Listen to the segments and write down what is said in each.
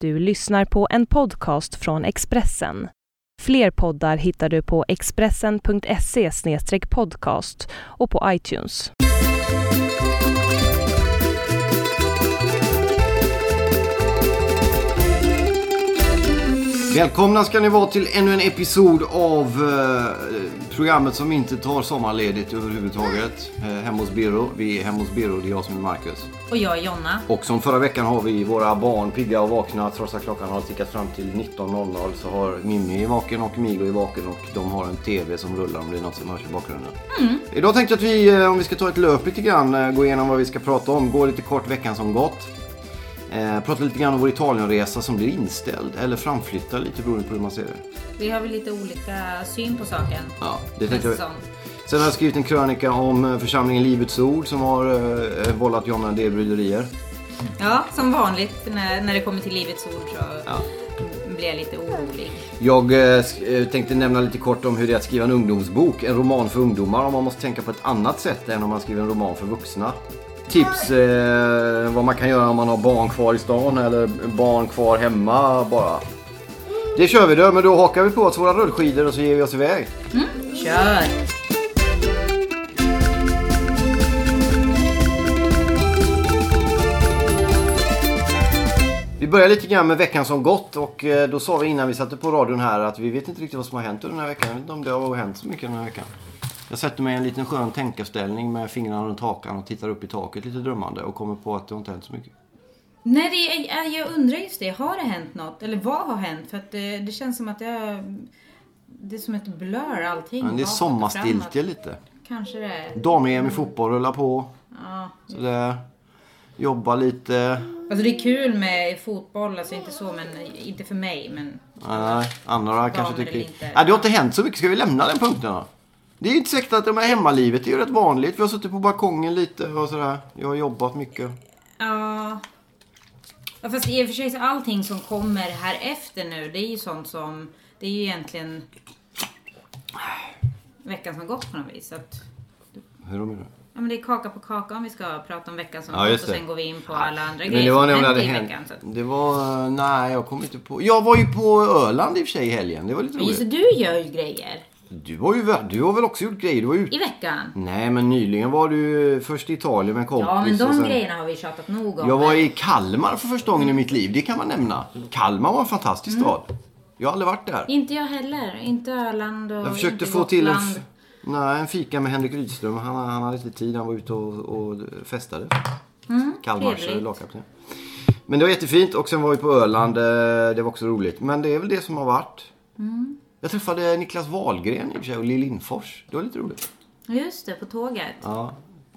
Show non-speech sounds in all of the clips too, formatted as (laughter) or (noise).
du lyssnar på en podcast från Expressen. Fler poddar hittar du på expressen.se podcast och på iTunes. Välkomna ska ni vara till ännu en episod av eh, programmet som inte tar sommarledigt överhuvudtaget. Eh, hemma hos Birro. Vi är hemma hos Birro, det är jag som är Marcus. Och jag är Jonna. Och som förra veckan har vi våra barn pigga och vakna. Trots att klockan har tickat fram till 19.00 så har Mimmi är vaken och Milo är vaken och de har en TV som rullar om det är något som hörs i bakgrunden. Idag tänkte jag att vi, eh, om vi ska ta ett löp lite grann, eh, gå igenom vad vi ska prata om. Gå lite kort veckan som gått. Eh, prata lite grann om vår Italienresa som blir inställd eller framflyttad lite beroende på hur man ser det. Vi har väl lite olika syn på saken. Ja, det Känns tänkte jag. som. Sen har jag skrivit en krönika om eh, församlingen Livets Ord som har eh, vållat Jonna en del bryderier. Ja, som vanligt när, när det kommer till Livets ord så Ja. blir jag lite orolig. Jag eh, sk- eh, tänkte nämna lite kort om hur det är att skriva en ungdomsbok, en roman för ungdomar, om man måste tänka på ett annat sätt än om man skriver en roman för vuxna. Tips eh, vad man kan göra om man har barn kvar i stan eller barn kvar hemma bara. Det kör vi då, men då hakar vi på oss våra rullskidor och så ger vi oss iväg. Kör! Vi börjar lite grann med veckan som gått och eh, då sa vi innan vi satte på radion här att vi vet inte riktigt vad som har hänt under den här veckan. Jag vet inte om det har hänt så mycket den här veckan. Jag sätter mig i en liten skön tänkarställning med fingrarna runt hakan och tittar upp i taket lite drömmande och kommer på att det har inte hänt så mycket. Nej, det är, jag undrar just det. Har det hänt något? Eller vad har hänt? För att det, det känns som att det har... Det är som ett blur allting. Men det är bakåt och sommarstiltje framåt. lite. Kanske det är. Dam-EM i fotboll rullar på. Ja. Sådär. Jobba lite. Alltså det är kul med fotboll, alltså inte så men inte för mig men... Nej, andra kanske Damer eller tycker... inte. Nej, det har inte hänt så mycket. Ska vi lämna den punkten då? Det är ju inte säkert att de här hemmalivet det är ju rätt vanligt. Vi har suttit på balkongen lite och sådär. Jag har jobbat mycket. Ja. ja. Fast i och för sig så allting som kommer här efter nu det är ju sånt som... Det är ju egentligen veckan som gått på något vis. Så att, Hur menar du? ja men det är kaka på kaka om vi ska prata om veckan som Ja, gått just och det. sen går vi in på alla andra grejer Men det var som nog när hänt det i hänt. veckan. Så att, Det var... Nej, jag kommer inte på... Jag var ju på Öland i och för sig i helgen. Det var lite men just det, roligt. du gör ju grejer Du har ju... vä- Du har väl också gjort grejer? Du var ju... i veckan. Nej, men nyligen var du först i Italien med en kompis. Ja men och de sen- grejerna har vi tjatat nog om. Jag var i Kalmar för första gången i mitt liv. Det kan man nämna. Kalmar var en fantastisk Mm. stad. Jag har aldrig varit där. Inte jag heller. Inte Öland och Jag försökte inte få till en, Gotland. f- nej, en fika med Henrik Rydström. Han, han hade lite tid. Han var ute och, och festade. Kalmars Mm, trevligt. lagkapten. Men det var jättefint. Och sen var vi på Öland. eh, Det var också roligt. Men det är väl det som har varit. Mm. Jag träffade Niklas Wahlgren i och för sig och Lill Lindfors. Det var lite roligt. Just det, på tåget. Ja.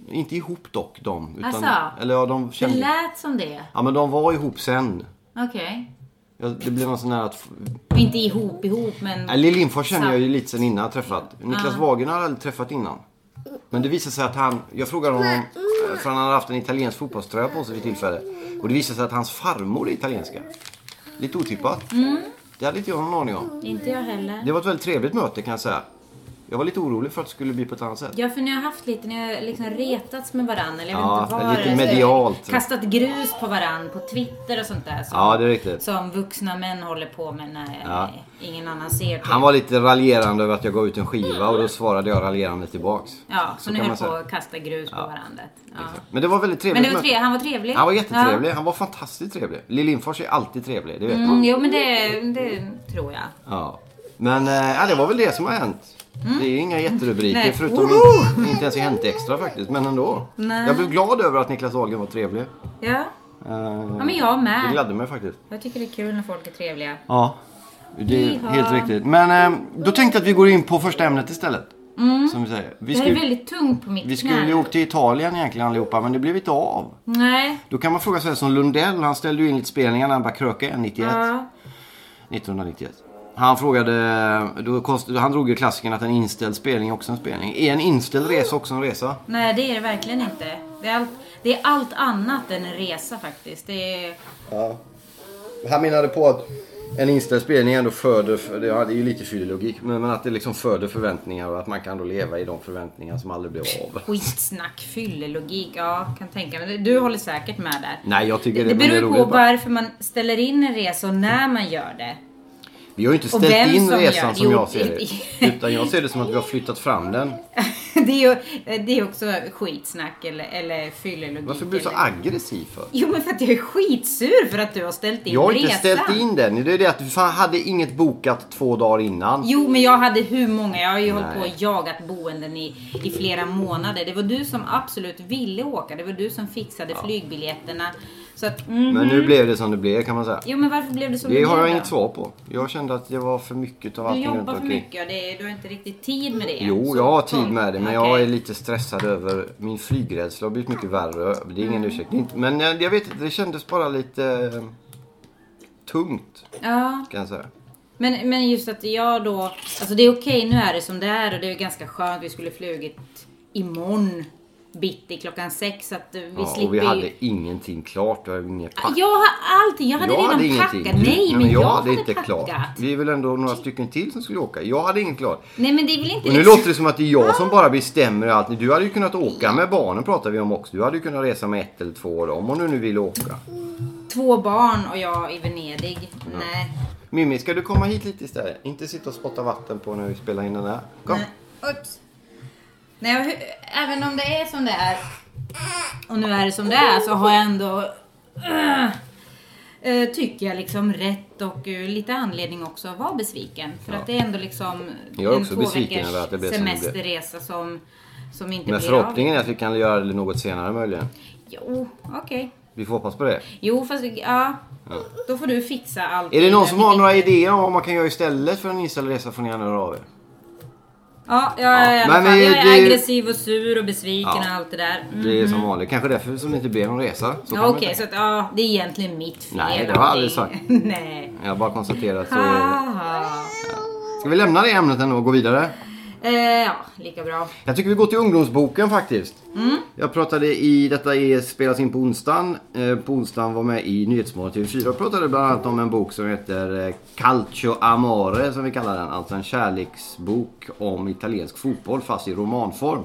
Inte ihop dock de. Utan, Asså? eller ja, de det kände... lät som det. Ja, men de var ihop sen. Okej. Ja, Det blev någon sån här att Och Inte ihop ihop men... Nej, Lill Lindfors känner jag ju lite sen innan jag träffat. Niklas Wagen har jag aldrig träffat innan. Men det visade sig att han, jag frågade honom, Mm. eh, för han hade haft en italiensk fotbollströja på sig vid tillfälle. Mm. Och det visade sig att hans farmor är italienska. Lite otippat. Mm. Det hade inte jag någon aning om. Inte jag heller. Det var ett väldigt trevligt möte kan jag säga. Jag var lite orolig för att det skulle bli på ett annat sätt. Ja, för ni har haft lite, ni har liksom retats med varandra. Eller jag Ja, vet inte vad lite det är. medialt. Kastat grus på varandra på Twitter och sånt där. Som, Ja, det är riktigt. som vuxna män håller på med när Ja. ingen annan ser. typ. Han var lite raljerande över att jag gav ut en skiva och då svarade jag raljerande tillbaks. ja, så, ni kan höll man på säga. att kasta grus på varandra. Ja. Men det var väldigt trevligt Men det var möte. tre, han var trevlig. Han var jättetrevlig. Han var fantastiskt trevlig. Lill Lindfors är alltid trevlig, det vet Ja. man. Mm, jo, men det, det tror jag. Ja. Men eh, ja, det var väl det som har hänt. Det är inga jätterubriker Mm. Nej. förutom in, (laughs) inte ens i Hänt Extra faktiskt. Men ändå. Nej. Jag blev glad över att Niklas Wahlgren var trevlig. Eh, Ja, ja men jag Det med. gladde mig faktiskt. Jag tycker det är kul när folk är trevliga. Ja. Det är Jiha. helt riktigt. Men eh, då tänkte jag att vi går in på första ämnet istället. Som vi säger. Vi Mm. Det här är skulle, väldigt tungt på mitt vi knä. skulle ju åkt till Italien egentligen allihopa men det blev inte av. Nej. Då kan man fråga sig som Lundell. Han ställde ju in lite spelningar när han bara kröka 91. Ja. 1991. Han frågade, då kost, han drog ju klassiken att en inställd spelning är också en spelning. Är en inställd resa också en resa? Nej, det är det verkligen inte. Det är allt, det är allt annat än en resa faktiskt. Det är, Han menade på att en inställd spelning ändå föder, det ja, det är ju lite fyllelogik, men men att det liksom föder förväntningar och att man kan då leva i de förväntningar som aldrig blev av. Skitsnack, fyllelogik. Ja, kan tänka mig. Du håller säkert med där. Nej, jag tycker Det, det men beror ju på roligt bara- varför man ställer in en resa och när man gör det. (laughs) Vi har ju inte och ställt vem in som resan gör- som jo, jag ser det- (laughs) det. Utan jag ser det som att vi har flyttat fram den. det, är ju, det är också skitsnack eller, eller fyllelogik. Varför blir du så eller- aggressiv för? Jo men för att jag är skitsur för att du har ställt in Jag har resan. inte ställt in den. Det är det att du fan hade inget bokat två dagar innan. Jo men jag hade hur många, jag har ju hållit Nej. på och jagat boenden i, i flera månader. Det var du som absolut ville åka, det var du som fixade flygbiljetterna. Så att, mhm. Men nu blev det som det blev kan man säga. Jo men varför blev det som Det har blev jag då? inget svar på. Jag kände att det var för mycket av Du allting runt jobbar för omkring. mycket, ja, det är, du har inte riktigt tid med det. Jo, Så- jag har tid med det, men jag Okej. är lite stressad över min flygrädsla. har blivit mycket värre. Det är ingen Mm. ursäkt. Det är inte- Men jag, jag vet inte, det kändes bara lite eh, tungt Ja, kan jag säga. men, men just att jag då... Alltså det är okej, nu är det som det är och det är ganska skönt. Vi skulle flugit imorgon bitti klockan sex så att eh, vi Ja, slipper och vi hade ju... Ah, ingenting klart. Jag hade inget pack. Jag har alltid, jag hade redan packat. Nej, men jag, hade inte packat. klart. Vi är väl ändå några stycken till som skulle åka. Jag hade inget klart. Nej men det är väl inte Och nu låter det som att det är jag som bara bestämmer allt. Du hade ju kunnat åka med barnen pratar vi om också. Du hade ju kunnat resa med ett eller två av dem om du nu vill åka. två barn och jag i Venedig. Nej. Mimmi, ska du komma hit lite istället? Inte sitta och spotta vatten på när vi spelar in den där. Kom. Nej. Ups. Nej, jag- hur- även om det är som det är och nu är det som det är så har jag ändå eh, tycker jag liksom rätt och eh, lite anledning också att vara besviken. För att det är ändå liksom Jag är en också två besviken veckors över att det blev som det blev. semesterresa som, som inte Men blir förhoppningen är att vi kan göra det något senare möjligen. av. Jo, okej. Vi får hoppas på det. Jo, fast ja. Då får du fixa allt. Är det någon som har några Ja, idéer om vad man kan göra istället för en inställd resa får ni gärna höra av er. ja, jag är, i alla Men fall, vi- jag är det- aggressiv och sur och besviken Ja. och allt det där. Mm. Det är som vanligt. Kanske därför som det inte blev någon resa. Så kan Ja, man tänka. okej, så att, ja, det är egentligen mitt fel. Nej, det har jag aldrig allting. sagt. (laughs) Nej. Jag bara konstaterar att så är det. Haha. Ska vi lämna det ämnet ändå och gå vidare? Eh, ja, lika bra. Jag tycker vi går till ungdomsboken faktiskt. Jag pratade i, detta är spelas in på onsdagen. Eh, på onsdagen var med i Nyhetsmorgon TV4 och pratade bland annat om en bok som heter eh, Calcio Amore som vi kallar den. Alltså en kärleksbok om italiensk fotboll fast i romanform.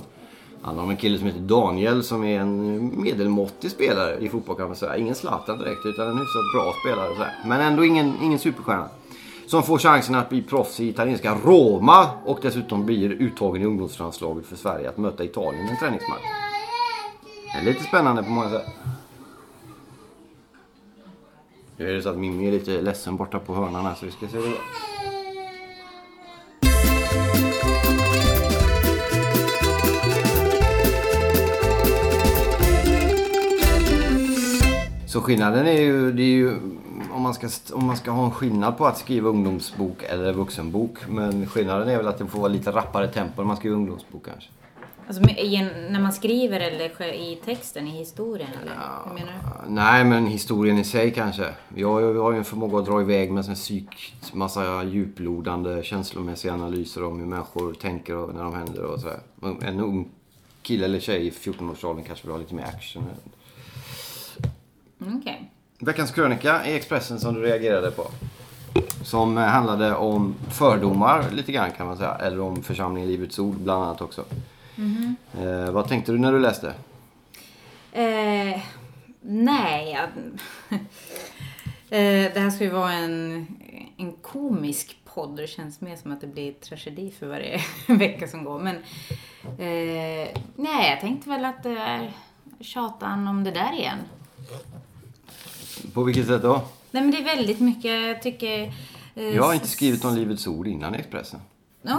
Handlar om en kille som heter Daniel som är en medelmåttig spelare i fotboll kan man säga. Ingen Zlatan direkt utan en hyfsat bra spelare. Så här. Men ändå ingen, ingen superstjärna. Som får chansen att bli proffs i italienska Roma och dessutom blir uttagen i ungdomslandslaget för Sverige att möta Italien i en träningsmatch. Det är lite spännande på många sätt. Nu är det så att Mimmi är lite ledsen borta på hörnan här så vi ska se vad det är. Så skillnaden är ju, det är ju om, man ska, om man ska ha en skillnad på att skriva ungdomsbok eller vuxenbok. Men skillnaden är väl att det får vara lite rappare tempo när man skriver ungdomsbok kanske. Alltså, men i en- när man skriver eller sk- i texten, i historien eller? Hur menar du? Nej, men historien i sig kanske. Jag har ju- jag har ju en förmåga att dra iväg med en psyk, massa djuplodande känslomässiga analyser om hur människor tänker och när de händer och sådär. Men En ung kille eller tjej i 14-årsåldern kanske vill ha lite mer action. Mm, Okej. Veckans krönika i Expressen som du reagerade på. Som eh, handlade om fördomar lite grann kan man säga. Eller om församlingen Livets Ord bland annat också. Eh, vad tänkte du när du läste? Eh, nej, jag... (laughs) eh, det här ska ju vara en, en komisk podd. Det känns mer som att det blir tragedi för varje (laughs) vecka som går. Men eh, nej, jag tänkte väl att det är tjatan om det där igen. På vilket sätt då? Nej, men det är väldigt mycket, jag tycker... eh, Jag har inte skrivit om Livets Ord innan i Expressen.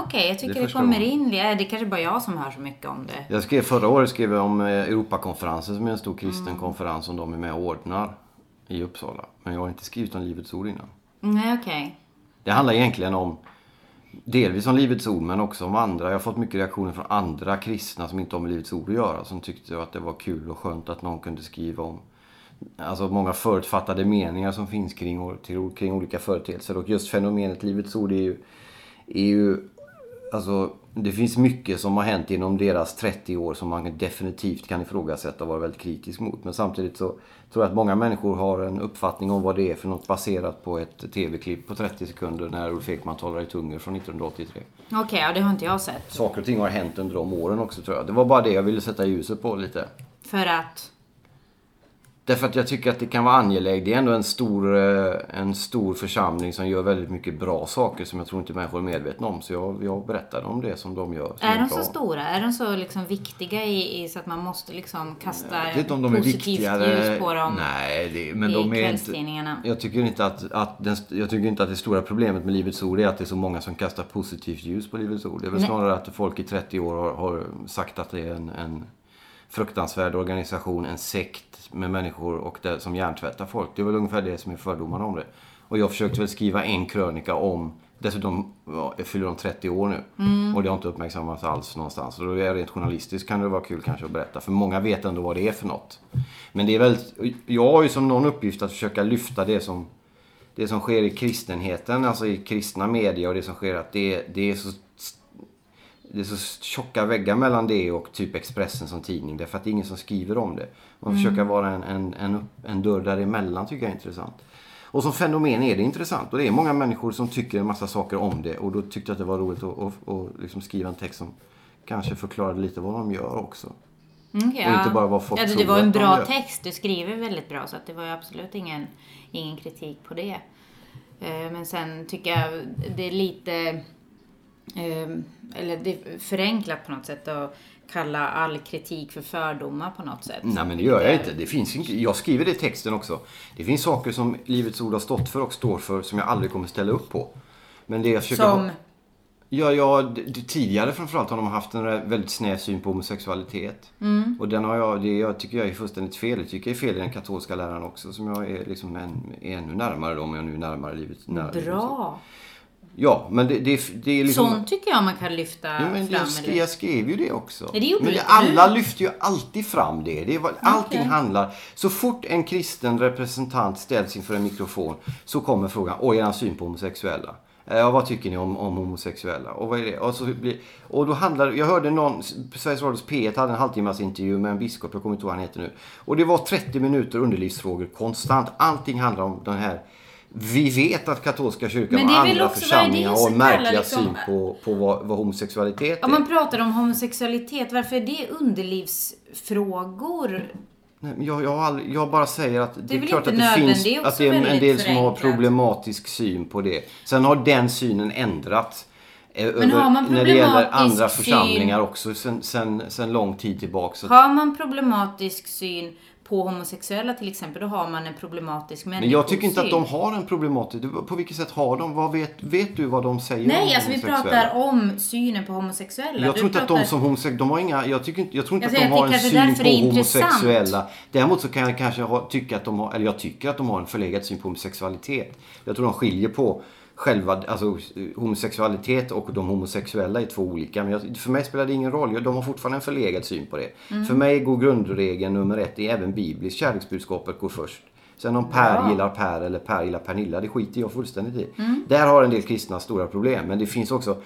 Okej, jag tycker Det det, förstår kommer man. in. Det är det kanske bara jag som hör så mycket om det. Jag skrev förra året skrev jag om eh, Europakonferensen som är en stor kristen konferens som de är med och ordnar i Uppsala. Men jag har inte skrivit om Livets Ord innan. Nej, okej. Det handlar egentligen om delvis om Livets Ord men också om andra. Jag har fått mycket reaktioner från andra kristna som inte har med Livets Ord att göra som tyckte att det var kul och skönt att någon kunde skriva om Alltså många förutfattade meningar som finns kring, till, kring olika företeelser och just fenomenet Livets Ord är ju, är ju Alltså, det finns mycket som har hänt inom deras 30 år som man definitivt kan ifrågasätta och vara väldigt kritisk mot. Men samtidigt så tror jag att många människor har en uppfattning om vad det är för något baserat på ett tv-klipp på 30 sekunder när Ulf Ekman talar i tungor från 1983. Okej, ja, det har inte jag sett. Saker och ting har hänt under de åren också tror jag. Det var bara det jag ville sätta ljuset på lite. För att... Därför att jag tycker att det kan vara angeläget. Det är ändå en stor, eh, en stor församling som gör väldigt mycket bra saker som jag tror inte människor är medvetna om. Så jag, jag berättar om det som de gör. som Är de bra. så stora? Är de så liksom viktiga i, i så att man måste liksom kasta Jag vet inte om de är positivt viktigare. ljus på dem Nej, det, men i de är inte... kvällstidningarna? Jag tycker, inte att, att den, jag tycker inte att det stora problemet med Livets Ord är att det är så många som kastar positivt ljus på Livets Ord. Det är väl Nej. snarare att folk i 30 år har, har sagt att det är en, en fruktansvärd organisation, en sekt med människor och det, som hjärntvättar folk. Det är väl ungefär det som är fördomarna om det. Och jag försökte väl skriva en krönika om Dessutom ja, jag fyller de 30 år nu och det har inte uppmärksammats alls någonstans. Och då är jag rent journalistiskt kan det vara kul kanske att berätta. För många vet ändå vad det är för något. Men det är väl, jag har ju som någon uppgift att försöka lyfta det som det som sker i kristenheten, alltså i kristna media och det som sker att det, det är så det är så tjocka väggar mellan det och typ Expressen som tidning. Därför att det är ingen som skriver om det. Man försöker vara en, en, en, upp- en dörr däremellan tycker jag är intressant. Och som fenomen är det intressant. Och det är många människor som tycker en massa saker om det. Och då tyckte jag att det var roligt att, att, att liksom skriva en text som kanske förklarade lite vad de gör också. Mm, okej, ja. inte bara vad folk ja, det- Det tror var en att de bra gör. text. Du skriver väldigt bra så att det var ju absolut ingen, ingen kritik på det. Eh, Men sen tycker jag det är lite eh, eller det är förenklat på något sätt att kalla all kritik för fördomar på något sätt. Nej men det gör jag inte. Det finns inte. Jag skriver det i texten också. Det finns saker som Livets Ord har stått för och står för som jag aldrig kommer ställa upp på. Men det jag försöker... Som, Ja, ja, d- d- tidigare framförallt har de haft en re- väldigt snäv syn på homosexualitet. Och den har jag, det jag tycker jag är fullständigt fel. Jag tycker jag är fel i den katolska läran också som jag är liksom en, är ännu närmare då om jag nu är närmare livet. Nära Livets Ord. bra. Ja, men det, det, det är liksom... Sånt tycker jag man kan lyfta Ja, men fram. jag, skrev, eller? jag skrev ju det också. Ja, det gjorde men du. alla lyfter ju alltid fram det. det var, allting Okej. handlar... Så fort en kristen representant ställs inför en mikrofon så kommer frågan, oj, er syn på homosexuella. Eh, Ja, vad tycker ni om, om homosexuella? Och vad är det? Och, så blir, och då handlar Jag hörde någon, Sveriges Radios P1 hade en halvtimmas intervju med en biskop, jag kommer inte ihåg vad han heter nu. Och det var 30 minuter underlivsfrågor konstant. Allting handlar om den här vi vet att katolska kyrkan Men det och är väl andra också- vad är det församlingar har som kallar märkliga liksom- syn på, på vad, vad homosexualitet är. Om man pratar om homosexualitet, varför är det Mm. underlivsfrågor? Nej, men jag, jag, har aldrig, jag bara säger att det, är väl klart inte att det finns nödvändigt, det är också att det är en, en väldigt del som har förenklat. problematisk syn på det. Sen har den synen ändrats. eh, Men har man när det gäller problematisk andra syn- församlingar också sen, sen, sen lång tid tillbaka. Så Har man problematisk syn på homosexuella till exempel, då har man en problematisk men människosyn. jag tycker inte att de har en problematisk... På vilket sätt har de? Vad vet, vet du vad de säger om Nej, alltså vi homosexuella? pratar om synen på homosexuella. Jag Du tror inte att pratar- Alltså, de som homosexuella, de har inga, jag, tycker inte, jag tror inte Jag att de säger att har det en kanske syn därför på det är intressant. homosexuella. Däremot så kan jag kanske ha, tycka att de har, eller jag tycker att de har en förlegad syn på homosexualitet. Jag tror de skiljer på själva, alltså eh, homosexualitet och de homosexuella är två olika. Men jag, för mig spelar det ingen roll, Jag- de har fortfarande en förlegad syn på det. Mm. För mig går grundregeln nummer ett, det är även bibliskt, kärleksbudskapet går först. Sen om Per Ja. gillar Per eller Per gillar Pernilla, det skiter jag fullständigt i. Där har en del kristna stora problem. Men det finns också,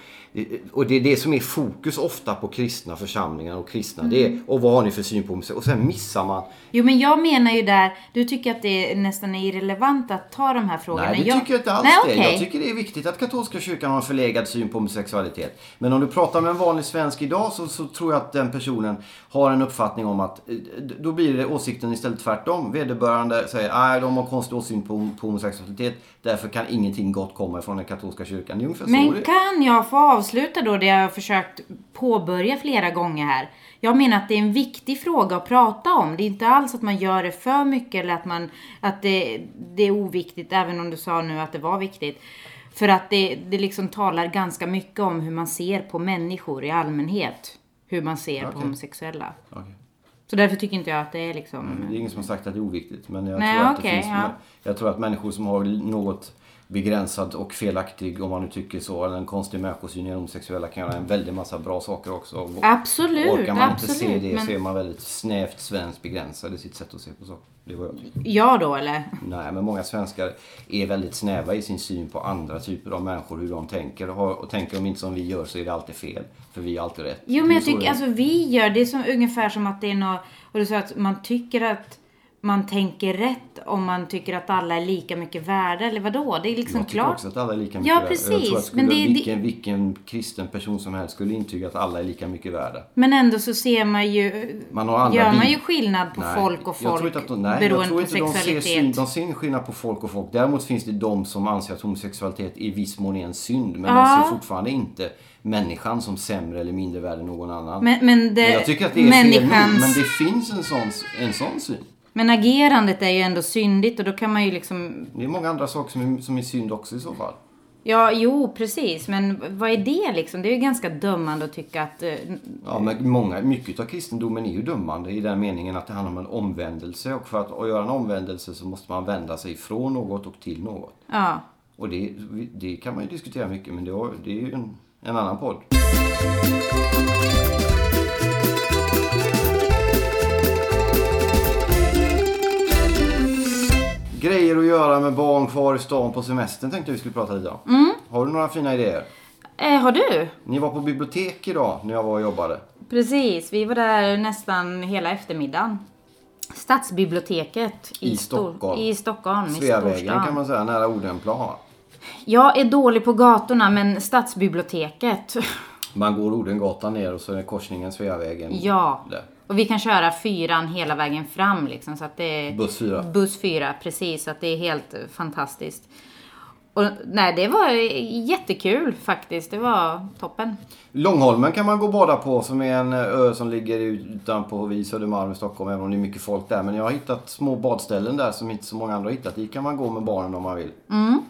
och det är det som är fokus ofta på kristna församlingar och kristna. Det är, och vad har ni för syn på homosexuella? Och sen missar man. Jo, men jag menar ju där, du tycker att det är nästan är irrelevant att ta de här frågorna. Nej, det jag... tycker jag inte alls Nej, det. okej. Jag tycker det är viktigt att katolska kyrkan har en förlegad syn på homosexualitet. Men om du pratar med en vanlig svensk idag så, så tror jag att den personen har en uppfattning om att eh, d- då blir det åsikten istället tvärtom. Vederbörande säger att de har konstig åsyn på, på homosexualitet. Därför kan ingenting gott komma från den katolska kyrkan. Det är ungefär så det Men är. kan jag få avsluta då det jag har försökt påbörja flera gånger här? Jag menar att det är en viktig fråga att prata om. Det är inte alls att man gör det för mycket eller att, man, att det, det är oviktigt, även om du sa nu att det var viktigt. För att det, det liksom talar ganska mycket om hur man ser på människor i allmänhet. Hur man ser på Okej. homosexuella. Okej. Mm. Så därför tycker inte jag att det är liksom... Det är ingen som har sagt att det är oviktigt. Men jag, Nej, tror, att okej, det finns, ja. jag tror att människor som har något begränsad och felaktig om man nu tycker så. Eller en konstig människosyn i homosexuella kan göra en väldig massa bra saker också. Och Absolut, Orkar man absolut. inte se det men så är man väldigt snävt svenskt begränsad i sitt sätt att se på saker. Det är vad jag tycker. jag då eller? Nej, men många svenskar är väldigt snäva i sin syn på andra typer av människor, hur de tänker. Och och tänker de inte som vi gör så är det alltid fel. För vi är alltid rätt. Jo Det men är jag så det tycker, är. alltså vi gör det är som, ungefär som att det är något, och du sa att man tycker att man tänker rätt om man tycker att alla är lika mycket värda eller vadå? Det är liksom Jag tycker klart. också att alla är lika Ja, mycket värda. Jag precis, tror men att skulle, det- det- vilken, vilken kristen person som helst skulle intyga att alla är lika mycket värda. Men ändå så ser man ju, Man har andra gör man bil- ju skillnad på Nej, folk och jag tror folk inte att de, nej, jag beroende tror på inte de ser, sexualitet. synd, de ser ingen skillnad på folk och folk. Däremot finns det de som anser att homosexualitet i viss mån är en synd. Men Ja. man ser fortfarande inte människan som sämre eller mindre värd än någon annan. Men, men, det, Men jag tycker att det är fel nu, människans, men men, det finns en sån, en sån syn. agerandet är ju ändå syndigt och då kan man ju liksom, Det är många andra saker som är, som är synd också i så fall. ja jo precis, men vad är det liksom? Det är ju ganska dömande att tycka att eh, Ja, men många, mycket av kristendomen är ju dömande i den meningen att det handlar om en omvändelse och för att att göra en omvändelse så måste man vända sig från något och till något. ja. Och det, det kan man ju diskutera mycket men det, har, det är ju en, en annan podd. Grejer att göra med barn kvar i stan på semestern tänkte jag vi skulle prata lite om. Har du några fina idéer? Eh, har du? Ni var på bibliotek idag när jag var och jobbade. Precis, vi var där nästan hela eftermiddagen. Stadsbiblioteket I Stor- Stockholm. I Stockholm, i Sveavägen storstan. kan man säga, nära Odenplan. Jag är dålig på gatorna men stadsbiblioteket. (laughs) Man går Odengatan ner och så är korsningen Sveavägen. ja. Där. Och vi kan köra fyran hela vägen fram liksom så att det är Buss fyra. buss fyra, precis. Så att det är helt eh, fantastiskt. Och nej, det var eh, jättekul faktiskt. Det var toppen. Långholmen kan man gå och bada på som är en ö som ligger utanpå vid Södermalm i Stockholm även om det är mycket folk där. Men jag har hittat små badställen där som inte så många andra har hittat. Dit kan man gå med barnen om man vill. Mm.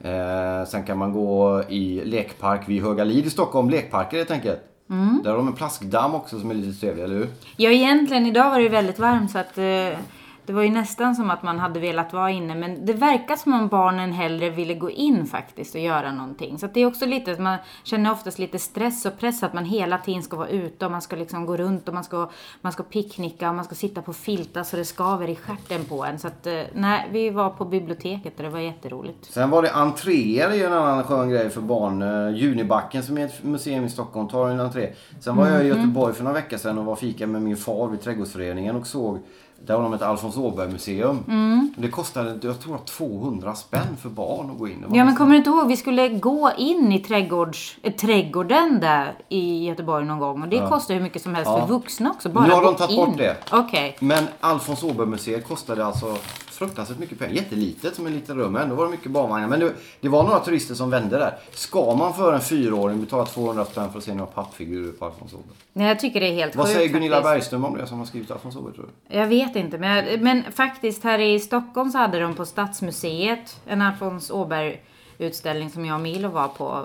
Eh, sen kan man gå i lekpark vid Höga Lid i Stockholm. Lekparker helt enkelt. Mm. Där har de en plaskdamm också som är lite trevlig, eller hur? Ja, egentligen idag var det ju väldigt varmt så att eh, det var ju nästan som att man hade velat vara inne. Men det verkar som om barnen hellre ville gå in faktiskt och göra någonting. Så att det är också lite, att man känner oftast lite stress och press att man hela tiden ska vara ute och man ska liksom gå runt och man ska, man ska picknicka och man ska sitta på filtar så det skaver i stjärten på en. Så att eh, nej, vi var på biblioteket och det var jätteroligt. Sen var det entréer, det är ju en annan skön grej för barn. Eh, Junibacken som är ett museum i Stockholm tar en entré. Sen var jag i Mhm. Göteborg för några veckor sedan och var och fika med min far vid Trädgårdsföreningen och såg där har de ett Alfons Åberg-museum. Mm. Det kostade, jag tror att 200 spänn för barn att gå in. Det var Ja men nästan- kommer du inte ihåg, vi skulle gå in i trädgårds, eh, trädgården där i Göteborg någon gång och det kostar hur mycket som helst Ja. för vuxna också. Bara Nu har de gå tagit in. bort det. Okej. Men Alfons Åberg-museet kostade alltså fruktansvärt mycket pengar. Jättelitet som en liten rum, men ändå var det mycket barnvagnar. Men det, det var några turister som vände där. Ska man för en fyraåring betala 200 spänn för att se några pappfigurer på Alfons Åberg? Nej jag tycker det är helt Vad sjukt säger Gunilla faktiskt. Bergström om det som har skrivit Alfons Åberg tror du? Jag vet inte men, jag, men faktiskt här i Stockholm så hade de på Stadsmuseet en Alfons Åberg utställning som jag och Milo var på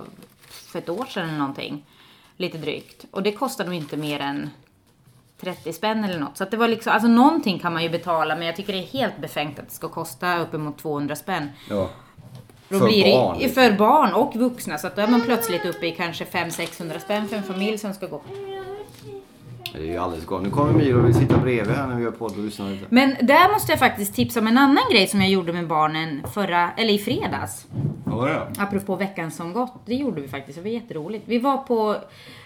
för ett år sedan eller någonting. Lite drygt. Och det kostade nog inte mer än 30 spänn eller något. Så att det var liksom, alltså någonting kan man ju betala men jag tycker det är helt befängt att det ska kosta uppemot 200 spänn. Ja. Då För blir barn, det, liksom. För barn och vuxna. Så att då är man plötsligt uppe i kanske 500-600 spänn för en familj som ska gå. Det är ju alldeles galet. Nu kommer Milo och vill sitta bredvid här när vi gör podd och lyssnar lite. Men där måste jag faktiskt tipsa om en annan grej som jag gjorde med barnen förra, eller i fredags. Ja, ja. Apropå veckan som gått. Det gjorde vi faktiskt, det var jätteroligt. Vi var på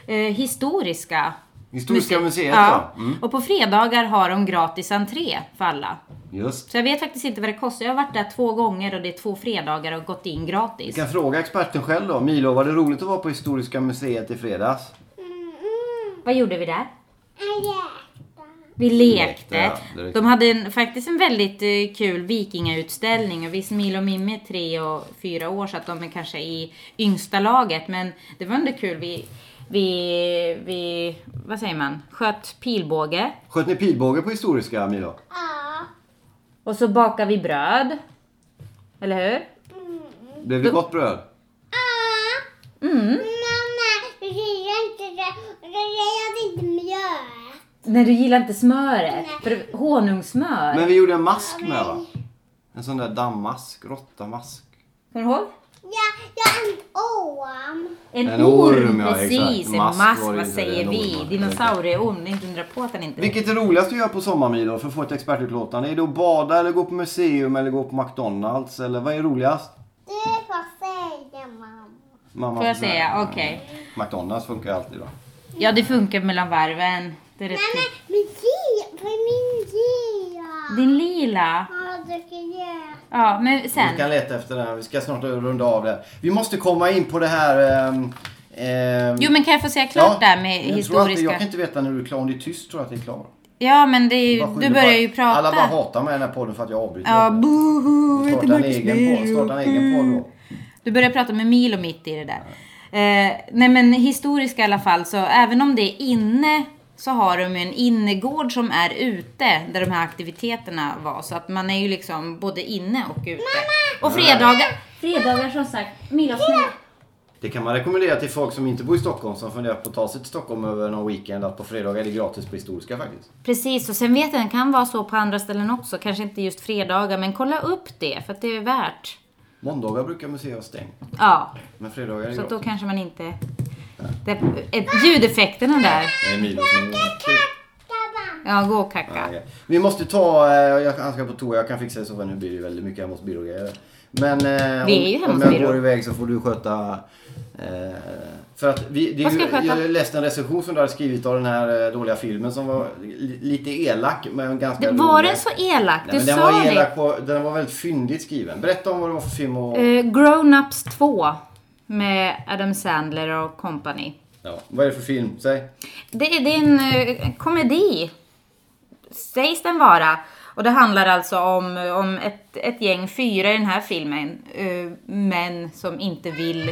eh, historiska Historiska museet Ja. ja. Mm. Och på fredagar har de gratis entré för alla. Just. Så jag vet faktiskt inte vad det kostar. Jag har varit där två gånger och det är två fredagar och gått in Vi gratis. kan fråga experten själv då. Milo, var det roligt att vara på Historiska museet i fredags? Vad gjorde vi där? Vi lekte. Lekte, ja, det är riktigt. De hade en, faktiskt en väldigt eh, kul vikingautställning. Och visst, Milo och Mimmi är tre och fyra år så att de är kanske i yngsta laget. Men det var ändå kul. Vi, vi, vi vad säger man, sköt pilbåge. Sköt ni pilbåge på Historiska, Milo? Och så bakade vi bröd. Eller hur? Blev Mm. det gott bröd? Mamma, du gillar inte det. Och då gillar jag inte mjöl. Nej, du gillar inte smöret. För honungssmör. Men vi gjorde en mask med va? En sån där dammask, råttamask. Kommer du ihåg? Ja, jag är en orm. En, En orm, ja, Precis, exakt. en Mask mask. var det vad inte, säger en orm vi? var det. Dinosaurieorm. Det är inte undra på att den inte Vilket är roligast att göra på sommarmid då för att få ett expertutlåtande? Är det att bada eller gå på museum eller gå på McDonalds? Eller vad är roligast? Du får säga mamma. Mamma Får jag säger, säga? Okej. McDonalds funkar ju alltid bra. Ja, det funkar mellan varven. Det är rätt typ. Nej, kul. men min ge, för min gea. Din lila. Ja, du kan göra. Ja, men Vi sen. kan leta efter det här. Vi ska snart runda av det. här. Vi måste komma in på det här... ehm, ehm, Jo, men kan jag få säga klart där med jag tror att det- historiska? Jag kan inte veta när du är klar. Om det är tyst tror jag att det är klar. Ja, men det är ju, Bara du skyller börjar bara- ju prata. Alla bara hatar mig i den här podden för att jag avbryter. Ja, dem. boho, vet du starta en Marcus egen podd. Birro? Starta en egen podd då. Du börjar prata med Milo mitt i det där. Eh, nej men historiska i alla fall, så även om det är inne så har de ju en innergård som är ute där de här aktiviteterna var. Så att man är ju liksom både inne och ute. Och fredagar, fredagar som sagt, Milo snälla. Det kan man rekommendera till folk som inte bor i Stockholm som funderar på att ta sig till Stockholm över någon weekend att på fredagar är det gratis på Historiska faktiskt. Precis, och sen vet jag, det kan vara så på andra ställen också. Kanske inte just fredagar, men kolla upp det för att det är värt. Måndagar brukar museer ha stängt, Ja, men fredagar är det så att gratis. då kanske man inte... Det, eh, ljudeffekterna där. Det är Emilio som är- Skabam. Ja, gå och kacka. Ja, ja. Vi måste ta, eh, jag han ska på toa, jag kan fixa det så nu blir det väldigt mycket hemma hos Birro grejer. Men eh, Vi är ju om, hemma om hos jag Birro. går iväg så får du sköta eh, för att vi, det är Vad ska ju, jag sköta? jag läste en recension som du hade skrivit av den här eh, dåliga filmen som var li- lite elak men ganska Det, var rolig. den så elak? Nej, du men den sa var det. elak på, den var väldigt fyndigt skriven. Berätta om vad det var för film och... Eh, Grown Ups 2 med Adam Sandler och company. Ja, vad är det för film? Säg. Det, är- det är en eh, komedi, sägs den vara. Och det handlar alltså om, om ett, ett gäng fyra i den här filmen, eh, män som inte vill...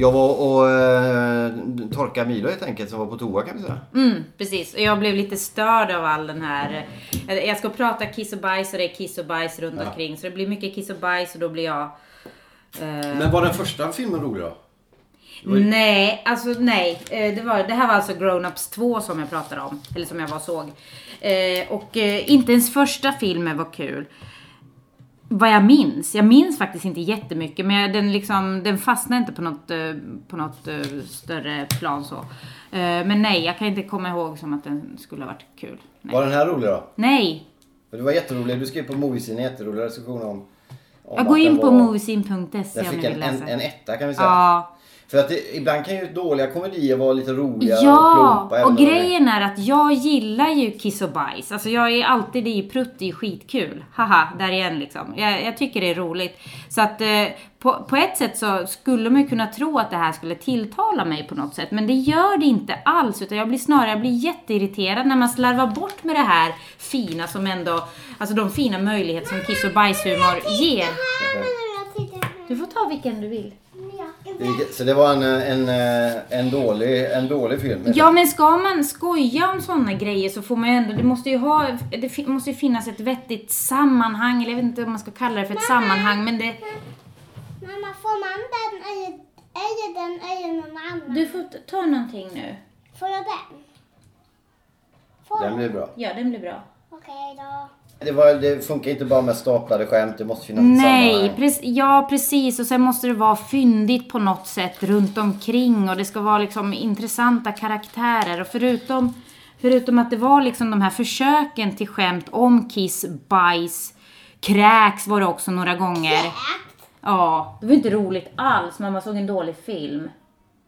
Jag var och eh, torkade Milo helt enkelt som var på toa kan vi säga. Mm, precis. Och jag blev lite störd av all den här... eh, Jag ska prata kiss och bajs och det är kiss och bajs runt Ja. omkring. Så det blir mycket kiss och bajs och då blir jag... eh, Men var den första filmen rolig då? Nej, alltså nej. Eh, Det, var, det här var alltså Grown Ups 2 som jag pratade om. Eller som jag var och såg. Eh, Och eh, inte ens första filmen var kul. Vad jag minns. Jag minns faktiskt inte jättemycket. Men jag- den, liksom, den fastnade inte på något, eh, på något eh, större plan så. Eh, Men nej, jag kan inte komma ihåg som att den skulle ha varit kul. Nej. Var den här rolig då? nej. För det var jätterolig. Du skrev på Moviescene en jätterolig recension om... om Jag går att in den på var- moviesin.se Den om ni fick vill en, läsa. en, en etta kan vi säga. ja. För att det, ibland kan ju dåliga komedier vara lite roliga och Ja, plumpa. även och om det- grejen är att jag gillar ju kiss och bajs. Alltså jag är alltid i prutt, det är skitkul. Haha, där igen liksom. Jag, jag tycker det är roligt. Så att eh, på, på ett sätt så skulle man ju kunna tro att det här skulle tilltala mig på något sätt. Men det gör det inte alls. Utan jag blir snarare, jag blir jätteirriterad när man slarvar bort med det här fina som ändå, alltså de fina möjligheter som kiss och bajshumor ger. Här har jag tittat på Du får ta vilken du vill. mjölk. Det- Så det var en, eh, en, eh, en, dålig, en dålig film? eller? Ja men ska man skoja om sådana grejer så får man ju ändå, det måste ju ha, det fi- måste ju finnas ett vettigt sammanhang, eller jag vet inte om man ska kalla det för ett sammanhang men det... Mamma, får man den eller eller den eller någon annan? Du får t- ta någonting nu. Får jag den? Får Den jag? blev bra. Ja, den blir bra. Okej då. Det, var, det funkar inte bara med staplade skämt, det måste finnas ett Nej, sammanhang. prec- ja precis och sen måste det vara fyndigt på något sätt runt omkring och det ska vara liksom intressanta karaktärer och förutom, förutom att det var liksom de här försöken till skämt om kiss, bajs, kräks var det också några gånger. Ja, det var inte roligt alls. Mamma såg en dålig film.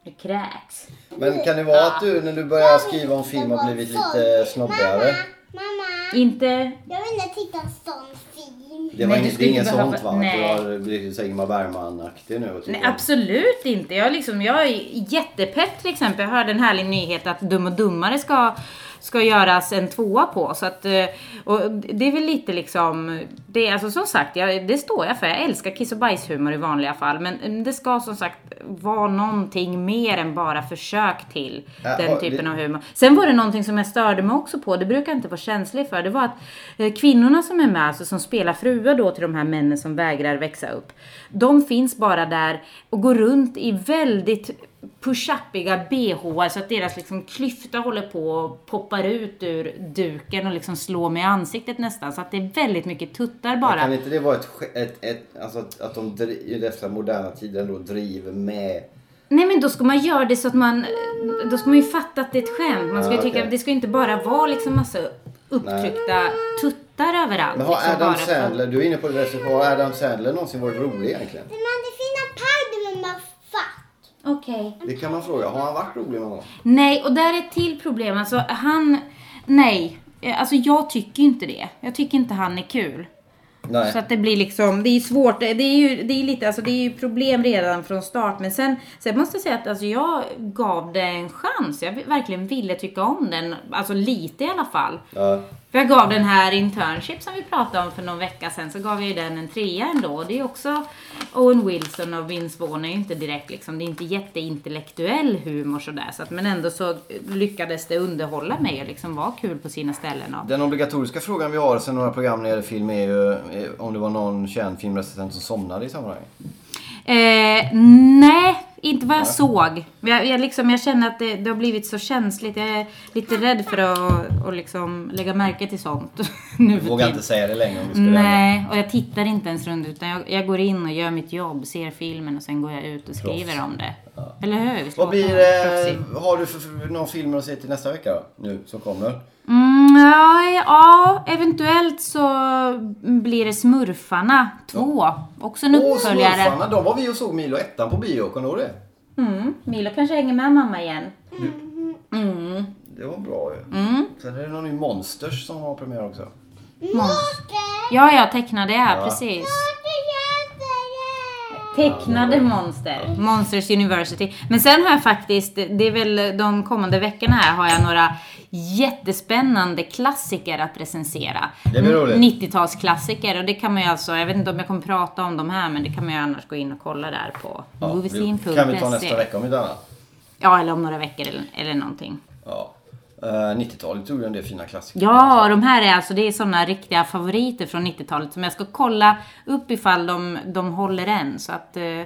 Det kräks. Men kan det vara att du när du börjar skriva om film har blivit lite snobbigare? Mamma, mamma. Inte... Jag vill inte titta på en sån film. Det var Nej, du inget, det skulle är inget inte behöva- sånt va? Att Nej. Du har blivit så Ingmar Bergman-aktig nu? och tycker Nej, om- absolut inte. Jag, är liksom, jag är jättepepp till exempel. Jag hörde en härlig nyhet att Dum och Dummare ska, ska göras en tvåa på. Så att, eh, och det är väl lite liksom... Det, är- alltså, som sagt, jag, det står jag för. Jag älskar kiss och bajshumor i vanliga fall. Men mm, det ska som sagt vara någonting mer än bara försök till Ja, den och typen det- av humor. Sen var det någonting som jag störde mig också på. Det brukar jag inte vara känslig för. Det var att eh, kvinnorna som är med, alltså som spelar fruar då till de här männen som vägrar växa upp. De finns bara där och går runt i väldigt push-upiga bh så att deras liksom klyfta håller på och poppar ut ur duken och liksom slår mig i ansiktet nästan. Så att det är väldigt mycket tuttar bara. Kan inte det vara ett, ske- ett, ett alltså att, att de dri- i dessa moderna tider ändå driver med? Nej men då ska man göra det så att man, då ska man ju fatta att det är ett skämt. Man ska ju Ja, tycka okej. att det ska ju inte bara vara liksom massa upptryckta tuttar överallt. Men har liksom bara Adam för- Sandler, du är inne på det där, så har Adam Sandler någonsin varit rolig egentligen? Den hade fina paddor med fatt. Okej. Det kan man fråga. Har han varit rolig någon gång? Nej, och där är ett till problem. Alltså han, nej. Eh, Alltså jag tycker ju inte det. Jag tycker inte han är kul. Nej. Så att det blir liksom, det är svårt, det är ju det är lite, alltså det är ju problem redan från start. Men sen, sen måste jag säga att alltså jag gav det en chans. Jag verkligen ville tycka om den, alltså lite i alla fall. Ja. För jag gav den här internship som vi pratade om för någon vecka sedan, så gav jag ju den en trea ändå. Det är också Owen Wilson och Vince Vaughn är ju inte direkt liksom, det är inte jätteintellektuell humor sådär. Så att, men ändå så lyckades det underhålla mig och liksom vara kul på sina ställen. Och, Den obligatoriska frågan vi har sen några program när det gäller film är ju eh, om det var någon känd filmrecensent som somnade i sammanhanget. Eh, nej, inte vad jag såg. Men Jag, jag, liksom, jag känner att det, det har blivit så känsligt. Jag är lite rädd för att och liksom lägga märke till sånt (laughs) nu Jag för vågar tiden. inte säga det längre om vi skulle ändra. Nej, och jag tittar inte ens runt utan jag, jag går in och gör mitt jobb, ser filmen och sen går jag ut och skriver om det. Eller hur? Vi slår Vad blir på det? proffsigt. Har du för, för, någon film att se till nästa vecka då? Nu som kommer? Mm, ja, ja, eventuellt så blir det Smurfarna 2. Också en Åh, uppföljare. Smurfarna! De var vi och såg Milo 1 på bio, kommer du ihåg det? Mm, Milo kanske hänger med mamma igen. Mm. Det var bra ju. Mm. Sen är det någon ny Monsters som har premiär också. Monster! Ja, jag tecknade ja, Ja. precis. Monster hjälper dig! Tecknade monster. Monsters University. Men sen har jag faktiskt, det är väl de kommande veckorna här, har jag några jättespännande klassiker att recensera. Det blir roligt. 90-talsklassiker och det kan man ju alltså, jag vet inte om jag kommer prata om dem här, men det kan man ju annars gå in och kolla där på Ja, moviescene.se. det kan vi ta nästa vecka om inte annat. Ja, eller om några veckor eller, eller någonting. Ja. Eh, 90-talet gjorde ju en del fina klassiker. Ja, de här är alltså, det är sådana riktiga favoriter från 90-talet som jag ska kolla upp ifall de, de håller än. Så att, eh, ja,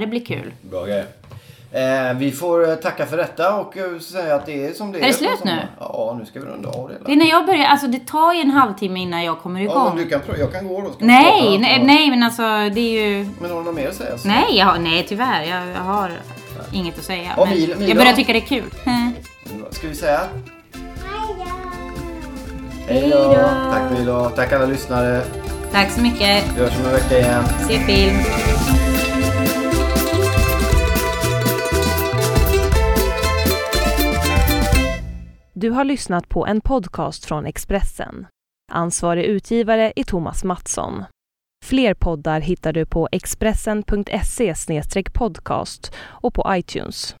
det blir kul. Bra grejer. Eh, vi får eh, tacka för detta och eh, säga att det är som det är. det slut Som- nu? Ja, nu ska vi runda av det. Det är när jag börjar, alltså det tar ju en halvtimme innan jag kommer Ja, om igång. du kan, prö- jag kan gå då. Ska vi prata nej, om- nej, nej men alltså det är ju... Men har du något mer att säga? så- Nej, jag har, nej tyvärr. Jag, jag har inget att säga. Ja, men Mil- Mila. jag börjar tycka det är kul. (laughs) Ska vi säga? Hej då! Hej då! Tack Milo. Tack alla lyssnare. Tack så mycket. Vi hörs om en vecka igen. Se film. Du har lyssnat på en podcast från Expressen. Ansvarig utgivare är Thomas Mattsson. Fler poddar hittar du på expressen.se podcast och på iTunes.